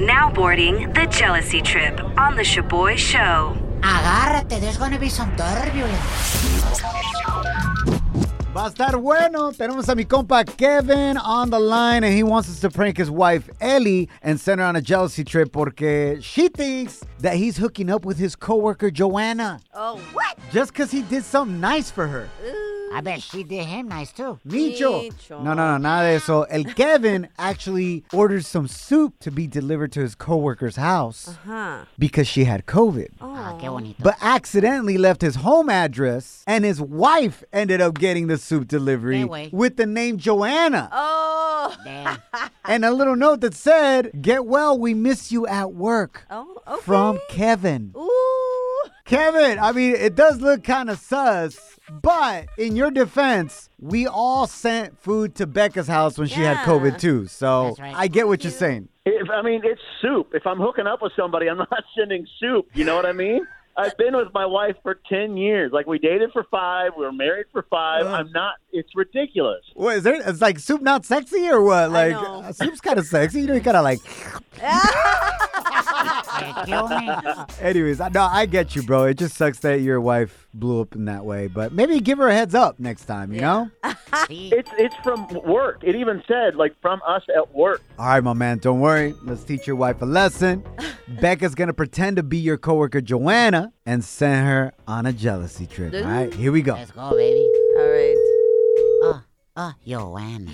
Now boarding the jealousy trip on the Shaboy Show. Agárrate, there's gonna be some turbulence. Va a estar bueno. Tenemos a mi compa Kevin on the line, and he wants us to prank his wife Ellie and send her on a jealousy trip porque she thinks that he's hooking up with his coworker Joanna Oh, what? just because he did something nice for her. I bet she did him nice too. Micho. Micho. No, no, no, nada de eso. El Kevin actually ordered some soup to be delivered to his coworker's house Huh. because she had COVID, Ah, qué bonito. but accidentally left his home address, and his wife ended up getting the soup delivery Hey, wait. with the name Joanna Oh. Damn. and a little note that said, Get well, we miss you at work. Oh, okay. From Kevin. Ooh. Kevin, I mean, it does look kind of sus, but in your defense, we all sent food to Becca's house when she had Yeah. COVID too. So That's right. I get what you're saying. If, I mean, it's soup. If I'm hooking up with somebody, I'm not sending soup. You know what I mean? I've been with my wife for 10 years. Like, we dated for five. We were married for five. I'm not, it's ridiculous. What is there? It's like soup not sexy or what? Like know. uh, soup's kind of sexy. You know, you kind of like. Eh, ¿Qué onda? Anyways, I- no, I get you, bro. It just sucks that your wife blew up in that way, but maybe give her a heads up next time. You know. Sí. It's, it's from work. It even said, like, from us at work. All right, my man, don't worry. Let's teach your wife a lesson. Becca's gonna pretend to be your coworker Joanna and send her on a jealousy trip. All right, here we go. Let's go, baby. All right. Oh, oh, Joanna.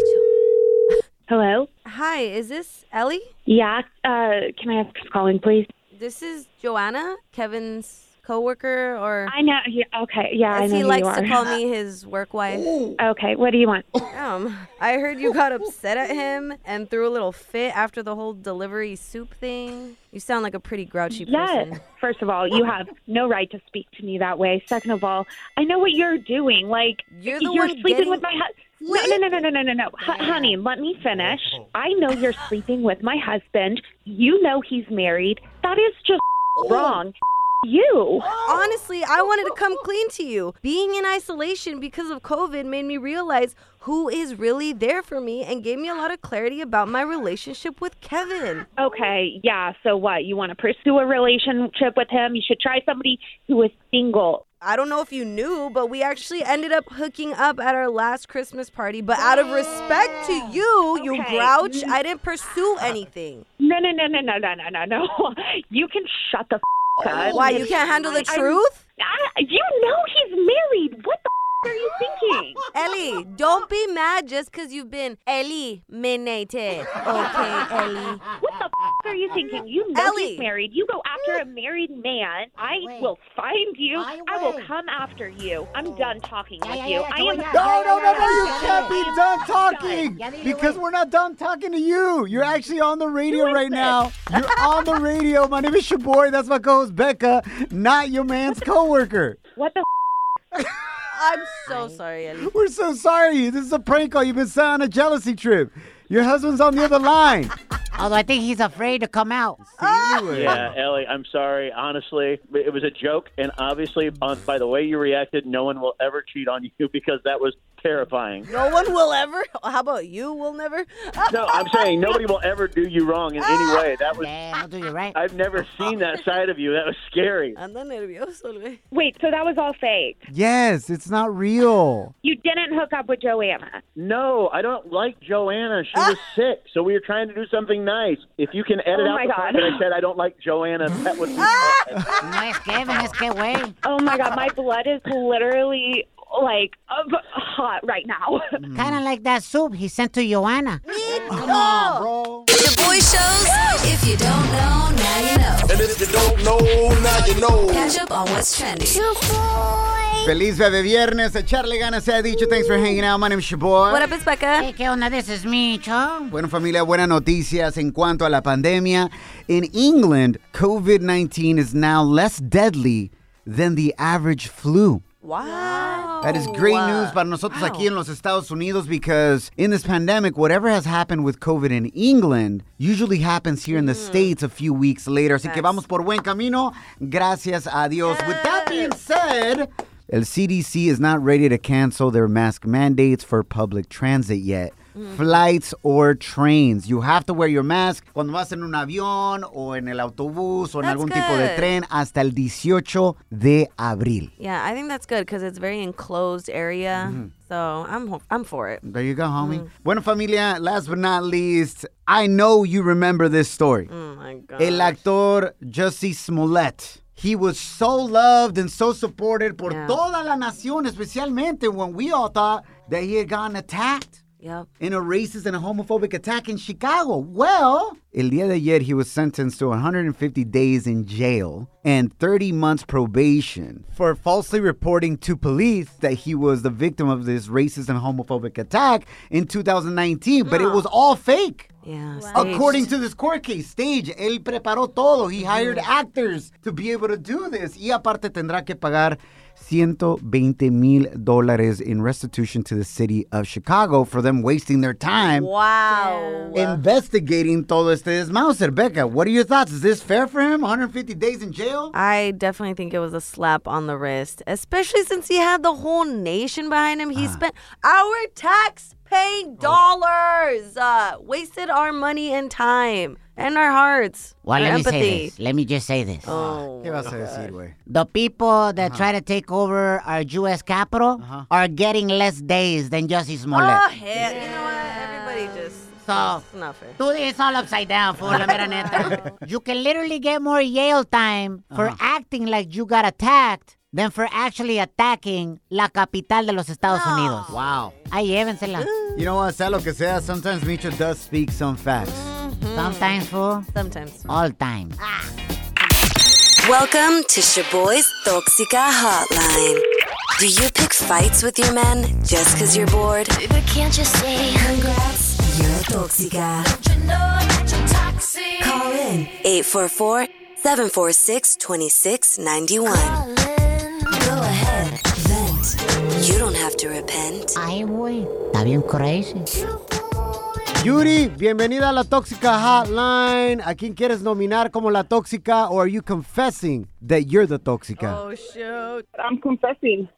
Hello? Hi, is this Ellie? Yeah, uh, can I ask who's calling, please? This is Joanna, Kevin's coworker, or I know. Yeah, okay, yeah, I as know he who likes you are. to call me his work wife. Okay, what do you want? Um, I heard you got upset at him and threw a little fit after the whole delivery soup thing. You sound like a pretty grouchy Yes. person. First of all, you have no right to speak to me that way. Second of all, I know what you're doing. Like You're the you're one sleeping getting- with my husband. No, no, no, no, no, no, no, Hu- honey. Let me finish. I know you're sleeping with my husband. You know he's married. That is just Oh. wrong. You. Honestly, I wanted to come clean to you. Being in isolation because of COVID made me realize who is really there for me and gave me a lot of clarity about my relationship with Kevin. Okay, yeah. So what? You want to pursue a relationship with him? You should try somebody who is single. I don't know if you knew, but we actually ended up hooking up at our last Christmas party. But out of respect to you, you Okay. grouch, I didn't pursue anything. No, no, no, no, no, no, no, no, no. You can shut the f- up. Why, you can't handle the I'm- truth? I, you know he's married. What the f- are you thinking? Ellie, don't be mad just because you've been eliminated. Okay, Ellie. What the f- are you thinking? You know Ellie. he's married. You go after a married man. I Wait. will find you. I I, will will. come after you. I'm done talking Yeah, with yeah, you. yeah, I go am. ahead. No, no, no, no, you Yeah, can't be done talking Yeah, yeah, because yeah. we're not done talking to you. You're actually on the radio right now. You're on the radio. My name is your boy. That's my co host, Becca, not your man's coworker. What the? F- I'm so sorry, Ellie. We're so sorry. This is a prank call. You've been sent on a jealousy trip. Your husband's on the other line. Although I think he's afraid to come out. Ah! Yeah, Ellie, I'm sorry. Honestly, it was a joke. And obviously, on, by the way you reacted, no one will ever cheat on you because that was terrifying. No one will ever. How about you will never? Ah, No, I'm saying nobody will ever do you wrong in any way. That was, Yeah, I'll do you right. I've never seen that side of you. That was scary. Anda nervioso, güey. Wait. So that was all fake. Yes, it's not real. You didn't hook up with Joanna. No, I don't like Joanna. She was sick, so we were trying to do something nice. If you can edit Oh out my the part God. that I said I don't like Joanna, that would be. No es Kevin, es que güey. Oh my god, my blood is literally like uh, hot right now. Kind of like that soup he sent to Joanna. Come on, bro. Oh. Shaboy Shows. If you don't know, now you know. And if you don't know, now you know. Catch up on what's trending. Feliz Bebe Viernes. Echarle ganas se ha dicho. Thanks for hanging out. My name's your boy. What up, it's Becca. Hey, ¿qué onda? This is me, cho. Bueno, familia, buenas noticias en cuanto a la pandemia. In England, COVID 19 is now less deadly than the average flu. Wow. That is great news para nosotros aquí en los Estados Unidos because in this pandemic, whatever has happened with COVID in England usually happens here in Mm-hmm. the States a few weeks later. Así que vamos por buen camino. Gracias a Dios. With that being said, el CDC is not ready to cancel their mask mandates for public transit yet. Mm. Flights or trains. You have to wear your mask cuando vas en un avión o en el autobús o en That's algún tipo de good. tren hasta el 18 de abril. Yeah, I think that's good because it's very enclosed area. Mm-hmm. So I'm ho- I'm for it. There you go, homie. Bueno, familia, last but not least, I know you remember this story. Oh my god. El actor Jussie Smollett. He was so loved and so supported por Yeah. toda la nación, especialmente when we all thought that he had gotten attacked Yep. in a racist and a homophobic attack in Chicago. Well, el día de ayer, he was sentenced to 150 days in jail and 30 months probation for falsely reporting to police that he was the victim of this racist and homophobic attack in 2019, but it was all fake. Yeah. staged. According to this court case, stage, él preparó todo. He hired actors to be able to do this. Y aparte tendrá que pagar 120 mil dólares in restitution to the city of Chicago for them wasting their time Wow. investigating todo este desmauser. Becca, what are your thoughts? Is this fair for him? 150 days in jail? I definitely think it was a slap on the wrist, especially since he had the whole nation behind him. Ah. He spent our Oh. tax-paying dollars, uh, wasted our money and time and our hearts, Well, our let me say empathy. this. Let me just say this. Oh. Ah, ¿Qué vas a decir, güey? The people that try to take over our U.S. capital are getting less days than Jussie Oh, Smollett. hell, you know what? Everybody just So, it's not fair. Dude, it's all upside down, fool. La mera neta. You can literally get more Yale time for acting like you got attacked than for actually attacking la capital de los Estados Unidos. Wow. Ay, llévensela. You know what? Sea lo que sea, sometimes Micho does speak some facts. Sometimes, fool. Sometimes. All time. Welcome to Shaboy's Toxica Hotline. Do you pick fights with your men just because you're bored? But can't you say congrats? You're a Toxica. Call in 844 746 2691. Go ahead, vent. You don't have to repent. Ay, güey. Está bien crazy. Yuri, bienvenida a la Tóxica Hotline. ¿A quién quieres nominar como la tóxica or are you confessing that you're the tóxica? Oh shoot! I'm confessing.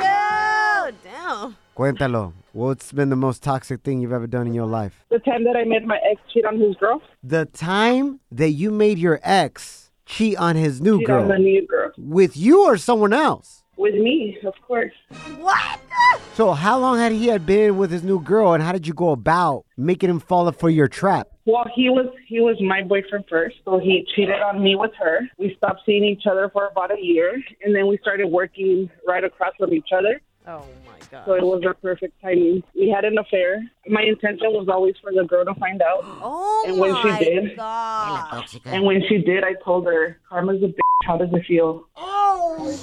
Oh damn! Cuéntalo. What's been the most toxic thing you've ever done in your life? The time that I made my ex cheat on his girl, The time that you made your ex cheat on his new cheat on the girl new girl. with you or someone else. With me, of course. What? So how long had he had been with his new girl and how did you go about making him fall for your trap? Well, he was he was my boyfriend first, so he cheated on me with her. We stopped seeing each other for about a year, and then we started working right across from each other. Oh my god! So it was the perfect timing. We had an affair. My intention was always for the girl to find out, Oh And when she my did- god! Tóxica. and when she did, I told her, "Karma's a bitch. How does it feel?" Oh,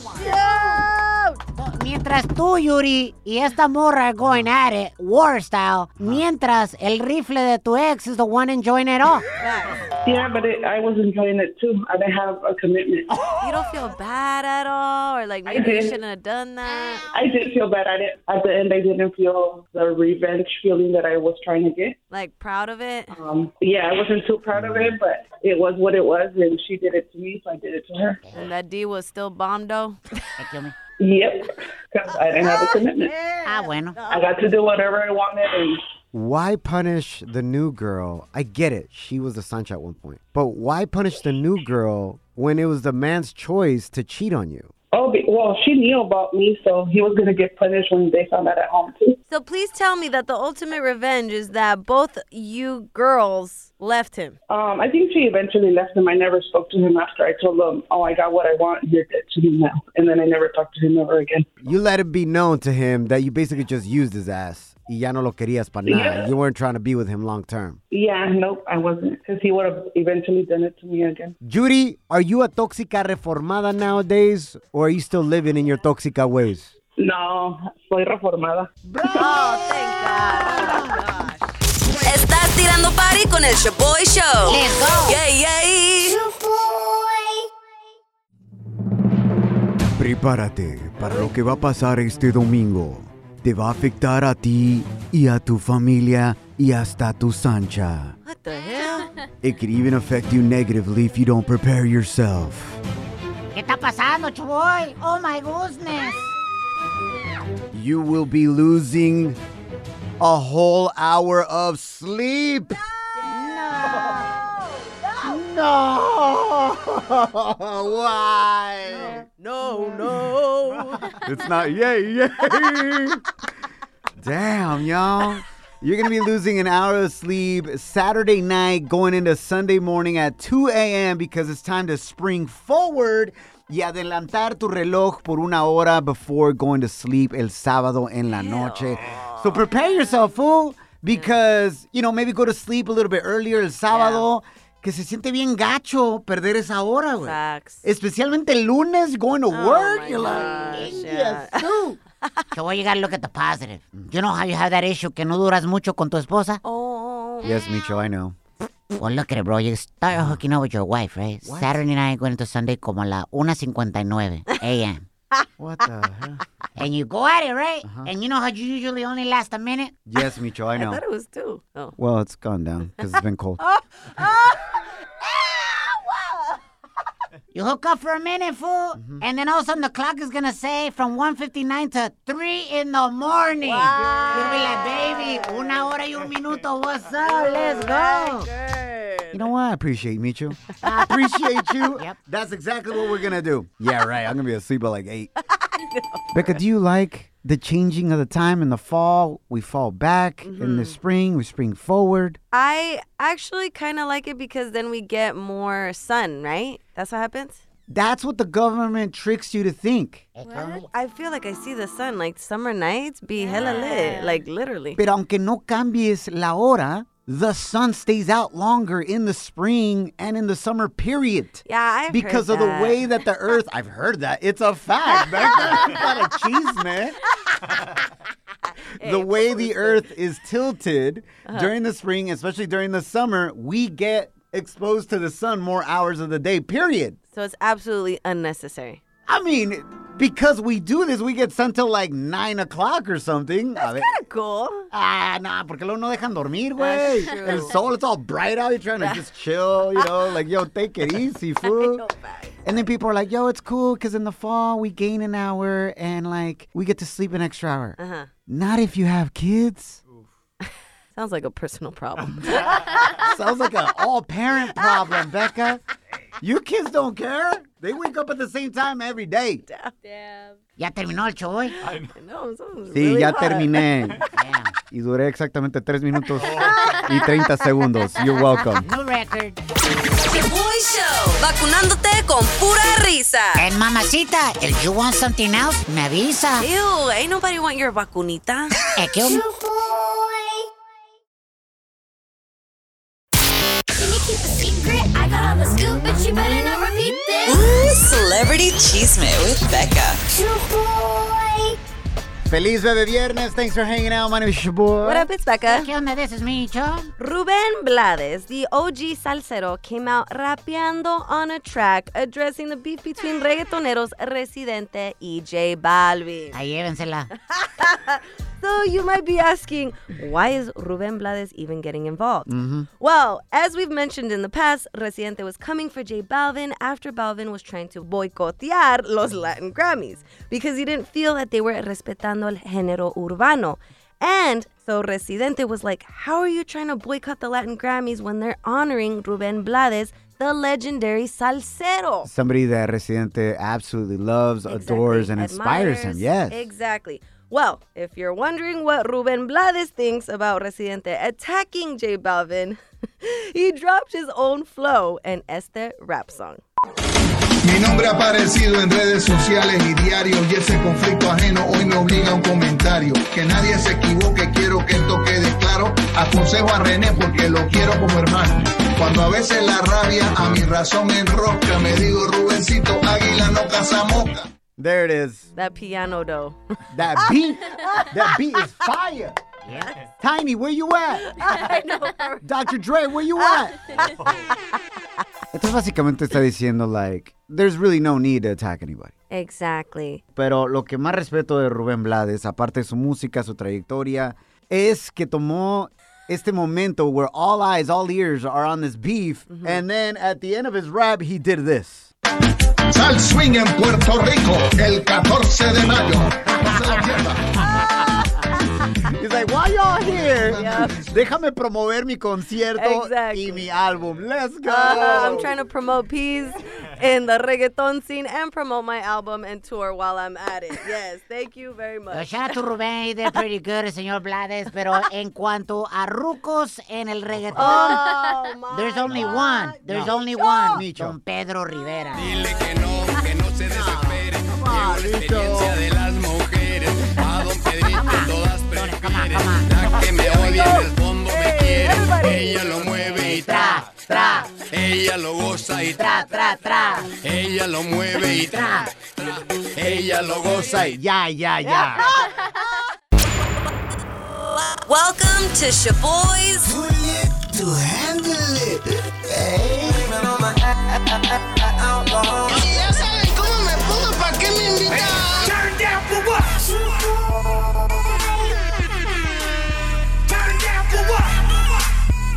Mientras tú, Yuri, y esta morra are going at it, war style, mientras el rifle de tu ex is the one enjoying it all. Yeah, but it, I was enjoying it too. I didn't have a commitment. You don't feel bad at all, or like maybe you did. shouldn't have done that. I did feel bad. I didn't. At the end, I didn't feel the revenge feeling that I was trying to get. Like proud of it. Um, yeah, I wasn't too proud of it, but it was what it was, and she did it to me, so I did it to her. And that D was still bombed though. Yep, because I didn't have a commitment. Ah, bueno. I got to do whatever I wanted, and Why punish the new girl? I get it. She was the sunshine at one point. But why punish the new girl when it was the man's choice to cheat on you? oh, be- well, she knew about me, so he was gonna get punished when they found out at home too. So please tell me that the ultimate revenge is that both you girls left him. Um, I think she eventually left him. I never spoke to him after. I told him, "Oh, I got what I want. You're dead to me now," and then I never talked to him ever again. You let it be known to him that you basically just used his ass y ya no lo querías para nada. Yeah. You weren't trying to be with him long term. Yeah, nope, I wasn't. Because he would have eventually done it to me again. Judy, are you a tóxica reformada nowadays or are you still living in your tóxica ways? No, soy reformada. Estás tirando party con el Shaboy Show. Let's go. Yay, yay. Prepárate para lo que va a pasar este domingo. Te va a afectar a ti y a tu familia y hasta a tu sancha. What the hell? It could even affect you negatively if you don't prepare yourself. ¿Qué está pasando, Chuboy? Oh my goodness. You will be losing a whole hour of sleep. No. Why? No, no. It's not yay, yay. Damn, y'all. You're going to be losing an hour of sleep Saturday night going into Sunday morning at 2 a.m. because it's time to spring forward y adelantar tu reloj por una hora before going to sleep el sábado en la noche. So prepare yourself, Mm. fool, because, you know, maybe go to sleep a little bit earlier el sábado. Que se siente bien gacho perder esa hora, güey. Facts. Especialmente el lunes, going to work. Oh my You're gosh, like, yeah." yes, too. Chuboy, you gotta look at the positive. You know how you have that issue que no duras mucho con tu esposa? Oh. Yes, Micho, I know. Well, look at it, bro. You start hooking up with your wife, right? Saturday night going into Sunday como la 1.59 a.m. What the hell? and you go at it, right? And you know how you usually only last a minute? Yes, Micho, I I know. thought it was two. Oh. Well, it's gone down because it's been cold. Oh. You hook up for a minute, fool, and then all of a sudden the clock is gonna say from 1.59 to 3 in the morning. You'll be like, baby, una hora y un minuto, what's up? Let's go. You know what? I appreciate Micho. I appreciate you. That's exactly what we're gonna do. Yeah, right. I'm gonna be asleep by like eight. Becca, do you like the changing of the time in the fall? We fall back in Mm-hmm. the spring. We spring forward. I actually kind of like it because then we get more sun, right? That's what happens? That's what the government tricks you to think. I feel like I see the sun like summer nights be hella lit, like literally. Pero aunque no cambies la hora, the sun stays out longer in the spring and in the summer period. Yeah, I've because heard of that. the way that the earth I've heard that. It's a fact, man. not a cheese, man. the way the earth is tilted Uh-huh. during the spring, especially during the summer, we get exposed to the sun more hours of the day, period. So it's absolutely unnecessary. I mean, because we do this, we get sun till like nine o'clock or something. A ver- Cool. Ah, nah, porque luego no dejan dormir, güey. true. El sol, it's all bright out. You're trying to just chill, you know, like, yo, take it easy, fool. And then people are like, yo, it's cool because in the fall we gain an hour and like we get to sleep an extra hour. Uh-huh. Not if you have kids. Sounds like a personal problem. Sounds like an all parent problem, Becca. You kids don't care. They wake up at the same time every day. Ya terminó el Chuboy. no, sounds Sí, really ya hot. terminé. Yeah. Y duré exactamente tres minutos y 30 segundos. You're welcome. New record. The Boy Show. Vacunándote con pura risa. And Eh, mamacita, if you want something else, me avisa. Ew, ain't nobody want your vacunita. Eh, ¿qué hum- Ooh, celebrity cheesemate with Becca. Feliz Bebe Viernes. Thanks for hanging out. My name is Shabor. What up, it's Becca. ¿Qué onda? This is me, Cho. Ruben Blades, the OG salsero, came out rapeando on a track addressing the beef between reggaetoneros Residente y J Balvin. Ahí llévensela. So you might be asking, why is Ruben Blades even getting involved? Well, as we've mentioned in the past, Residente was coming for J Balvin after Balvin was trying to boicotear los Latin Grammys because he didn't feel that they were respetando el género urbano. And so Residente was like, how are you trying to boycott the Latin Grammys when they're honoring Ruben Blades, the legendary salsero? somebody that Residente absolutely loves, adores, and inspires him. admires. Yes. Exactly. Well, if you're wondering what Ruben Blades thinks about Residente attacking J Balvin, he dropped his own flow and Este rap song. Mi nombre ha aparecido en redes sociales y diarios y ese conflicto ajeno hoy me obliga a un comentario. Que nadie se equivoque, quiero que esto quede claro. Aconsejo a René porque lo quiero como hermano. Cuando a veces la rabia a mi razón enrosca, me digo Rubencito, águila no caza mosca. There it is. That piano though. That Ah. beat, that beat is fire. Tiny, where you at? I know. Dr. Dre, where you at? Entonces básicamente está diciendo like, there's really no need to attack anybody. Exactly. Pero lo que más respeto de Rubén Blades, aparte de su música, su trayectoria, es que tomó este momento where all eyes, all ears are on this beef, and then at the end of his rap, he did this. Sal swing en Puerto Rico el 14 de mayo. He's like, why y'all here? Déjame promover mi concierto y mi álbum. Let's go. Uh, I'm trying to promote peas in the reggaeton scene and promote my album and tour while I'm at it. Yes, thank you very much. Pero shout out to Rubén, he did pretty good, el señor Blades. Pero en cuanto a rucos en el reggaetón, Oh, there's only one. There's No. only one. Don Pedro Rivera. Ella lo mueve y tra, tra. Ella lo goza y tra, tra, tra. Ella lo mueve y tra, tra. Ella lo goza y ya, ya, ya. Welcome to Shaboy's. To handle it. Si ya saben cómo me pongo, ¿para qué me invitan? Turn down for what? Turn down for what?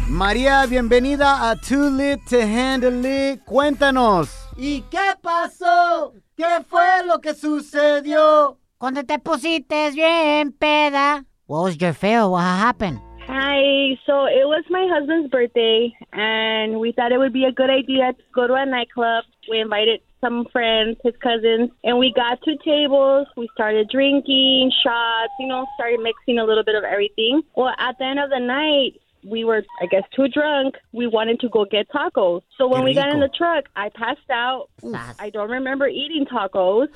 María, bienvenida a Too Lit to Handle It. Cuéntanos. ¿Y qué pasó? ¿Qué fue lo que sucedió? Cuando te pusiste bien peda. What was your fail? What happened? Hi. So it was my husband's birthday, and we thought it would be a good idea to go to a nightclub. We invited some friends, his cousins, and we got two tables. We started drinking, shots, you know, started mixing a little bit of everything. Well, at the end of the night, we were, I guess, too drunk. We wanted to go get tacos. So when Qué we got in rico. the truck, I passed out. I don't remember eating tacos.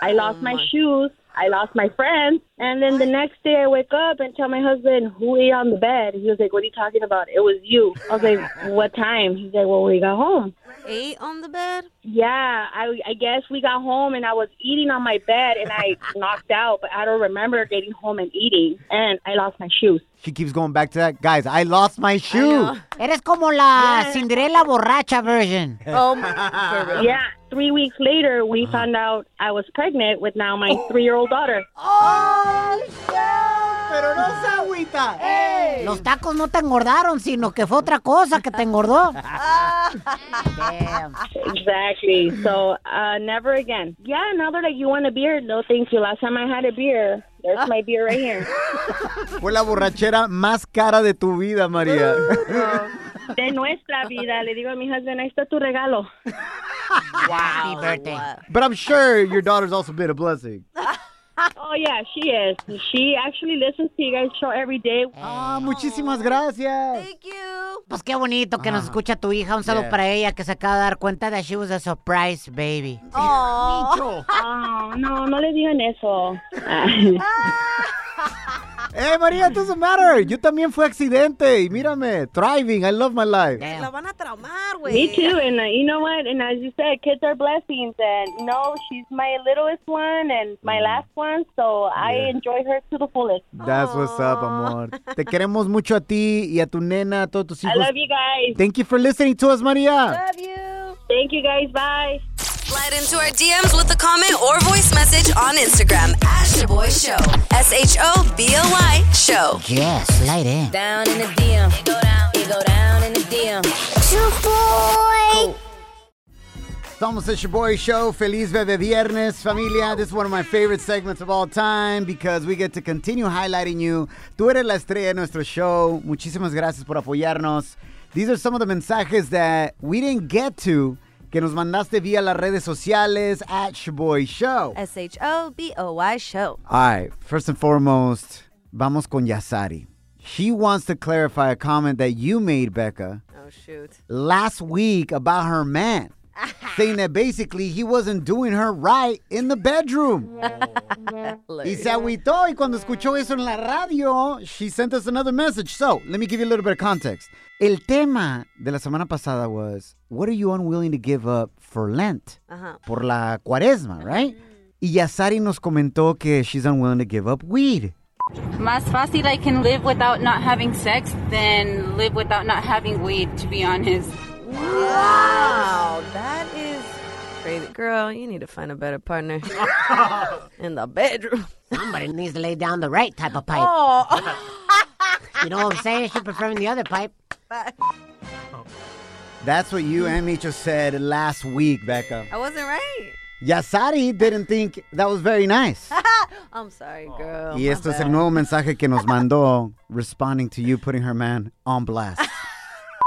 I lost my shoes. I lost my friend. And then the next day I wake up and tell my husband, who ate on the bed? He was like, what are you talking about? It was you. I was like, what time? He's like, well, we got home. Eight on the bed? Yeah, I, I guess we got home and I was eating on my bed and I knocked out, but I don't remember getting home and eating. And I lost my shoes. She keeps going back to that. Guys, I lost my shoe. Eres como la Cinderella borracha version. Oh, yeah. Three weeks later, we found out I was pregnant with now my three year old daughter. Pero no Eh. se agüita. Los tacos no te engordaron, sino que fue otra cosa que te engordó. Exactly. So uh, never again. Yeah, now they're like, you want a beer? No, thank you. Last time I had a beer, there's my beer right here. Fue la borrachera más cara de tu vida, María. De nuestra vida, le digo a mi husband, ahí está tu regalo. Happy birthday. But I'm sure your daughter's also been a blessing. Oh, yeah, she is. She actually listens to you guys' show every day. Ah, muchísimas gracias. Pues qué bonito que nos escucha tu hija. Un saludo Yeah. para ella que se acaba de dar cuenta de she was a surprise baby. Oh, no, no le digan eso. Hey, Eh, María, it doesn't matter. Yo también fui accidente. Y mírame, thriving. I love my life. La van a traumar, güey. Me too, and uh, you know what? And as you said, kids are blessings, and no, she's my littlest one and my last one, so I enjoy her to the fullest. That's what's Oh. up, amor. Te queremos mucho a ti y a tu nena, a todos tus I hijos. love you guys. Thank you for listening to us, María. Love you. Thank you guys. Bye. Slide into our DMs with a comment or voice message on Instagram at Shaboy Show. S H O B O Y Show. Yes, slide in. Down in the DM. You go down. You go down in the DM. Shaboy. Somos the Shaboy Show. Feliz Bebe Viernes, familia. This is one of my favorite segments of all time because we get to continue highlighting you. Tú eres la estrella de nuestro show. Muchísimas gracias por apoyarnos. These are some of the mensajes that we didn't get to que nos mandaste vía las redes sociales at Shaboy Show. S H O B O Y show. All right, first and foremost, vamos con Yasari. She wants to clarify a comment that you made, Becca, Oh, shoot. last week about her man. saying that basically he wasn't doing her right in the bedroom. Y se agüitó y cuando escuchó eso en la radio, she sent us another message. So, let me give you a little bit of context. El tema de la semana pasada was, what are you unwilling to give up for Lent? Ajá. Por la cuaresma, right? Y Yasari nos comentó que she's unwilling to give up weed. Más fácil I can live without not having sex than live without not having weed, to be honest. Wow, that is crazy. Girl, you need to find a better partner in the bedroom. Somebody needs to lay down the right type of pipe. Oh. You know what I'm saying? She's preferring the other pipe. That's what you and me just said last week, Becca. I wasn't right. Yasari didn't think that was very nice. I'm sorry, girl. y My esto es bad. el nuevo mensaje que nos mandó responding to you putting her man on blast.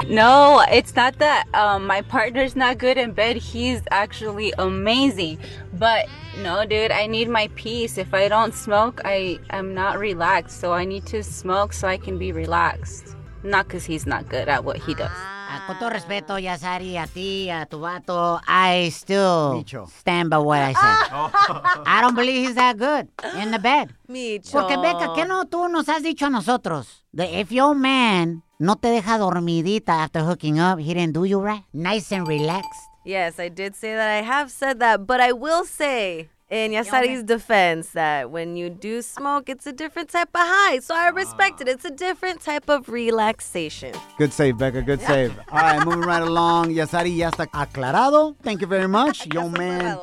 No, it's not that um, my partner's not good in bed. He's actually amazing. But no, dude, I need my peace. If I don't smoke, I am not relaxed. So I need to smoke so I can be relaxed. Not because he's not good at what he does. Ah, Con todo respeto, Yasari, a ti, a tu vato, I still stand by what I said. I don't believe he's that good in the bed. Micho. Porque, Beca, ¿qué no tú nos has dicho a nosotros? That if your man no te deja dormidita after hooking up, he didn't do you right. Nice and relaxed. Yes, I did say that. I have said that, but I will say in Yasari's defense that when you do smoke, it's a different type of high. So I respect it. It's a different type of relaxation. Good save, Becca. Good save. All right, moving right along. Yasari ya está aclarado. Thank you very much. Your man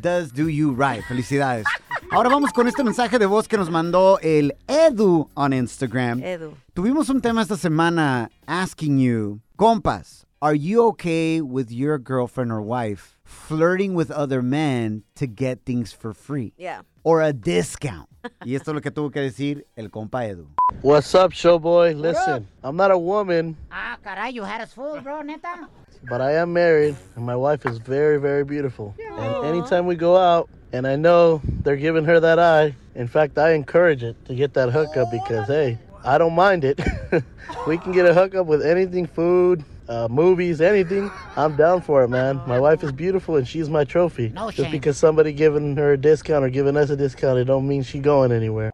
does do you right. Felicidades. Ahora vamos con este mensaje de voz que nos mandó el Edu on Instagram. Edu. Tuvimos un tema esta semana asking you, compas, are you okay with your girlfriend or wife flirting with other men to get things for free? Yeah. Or a discount. y esto es lo que tuvo que decir el compa Edu. What's up, showboy? Listen, I'm not a woman, Ah, caray, you had us fooled, bro, neta. but I am married, and my wife is very, very beautiful. And anytime we go out, and I know they're giving her that eye, in fact, I encourage it to get that hookup because, hey, I don't mind it. we can get a hookup with anything food, uh, movies, anything. I'm down for it, man. My wife is beautiful, and she's my trophy. No Just shame. because somebody giving her a discount or giving us a discount, it don't mean she going anywhere.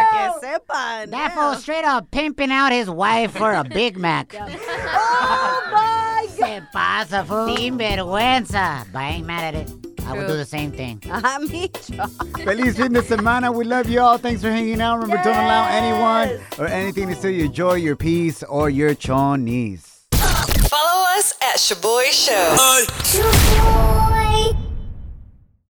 That fool straight up pimping out his wife for a Big Mac. oh my God. Se pasa, fool. Sin vergüenza. But I ain't mad at it. I would do the same thing. Feliz fin de semana. We love you all. Thanks for hanging out. Remember, don't allow anyone or anything to steal your joy, your peace, or your chonis. Follow us at Shaboy Show.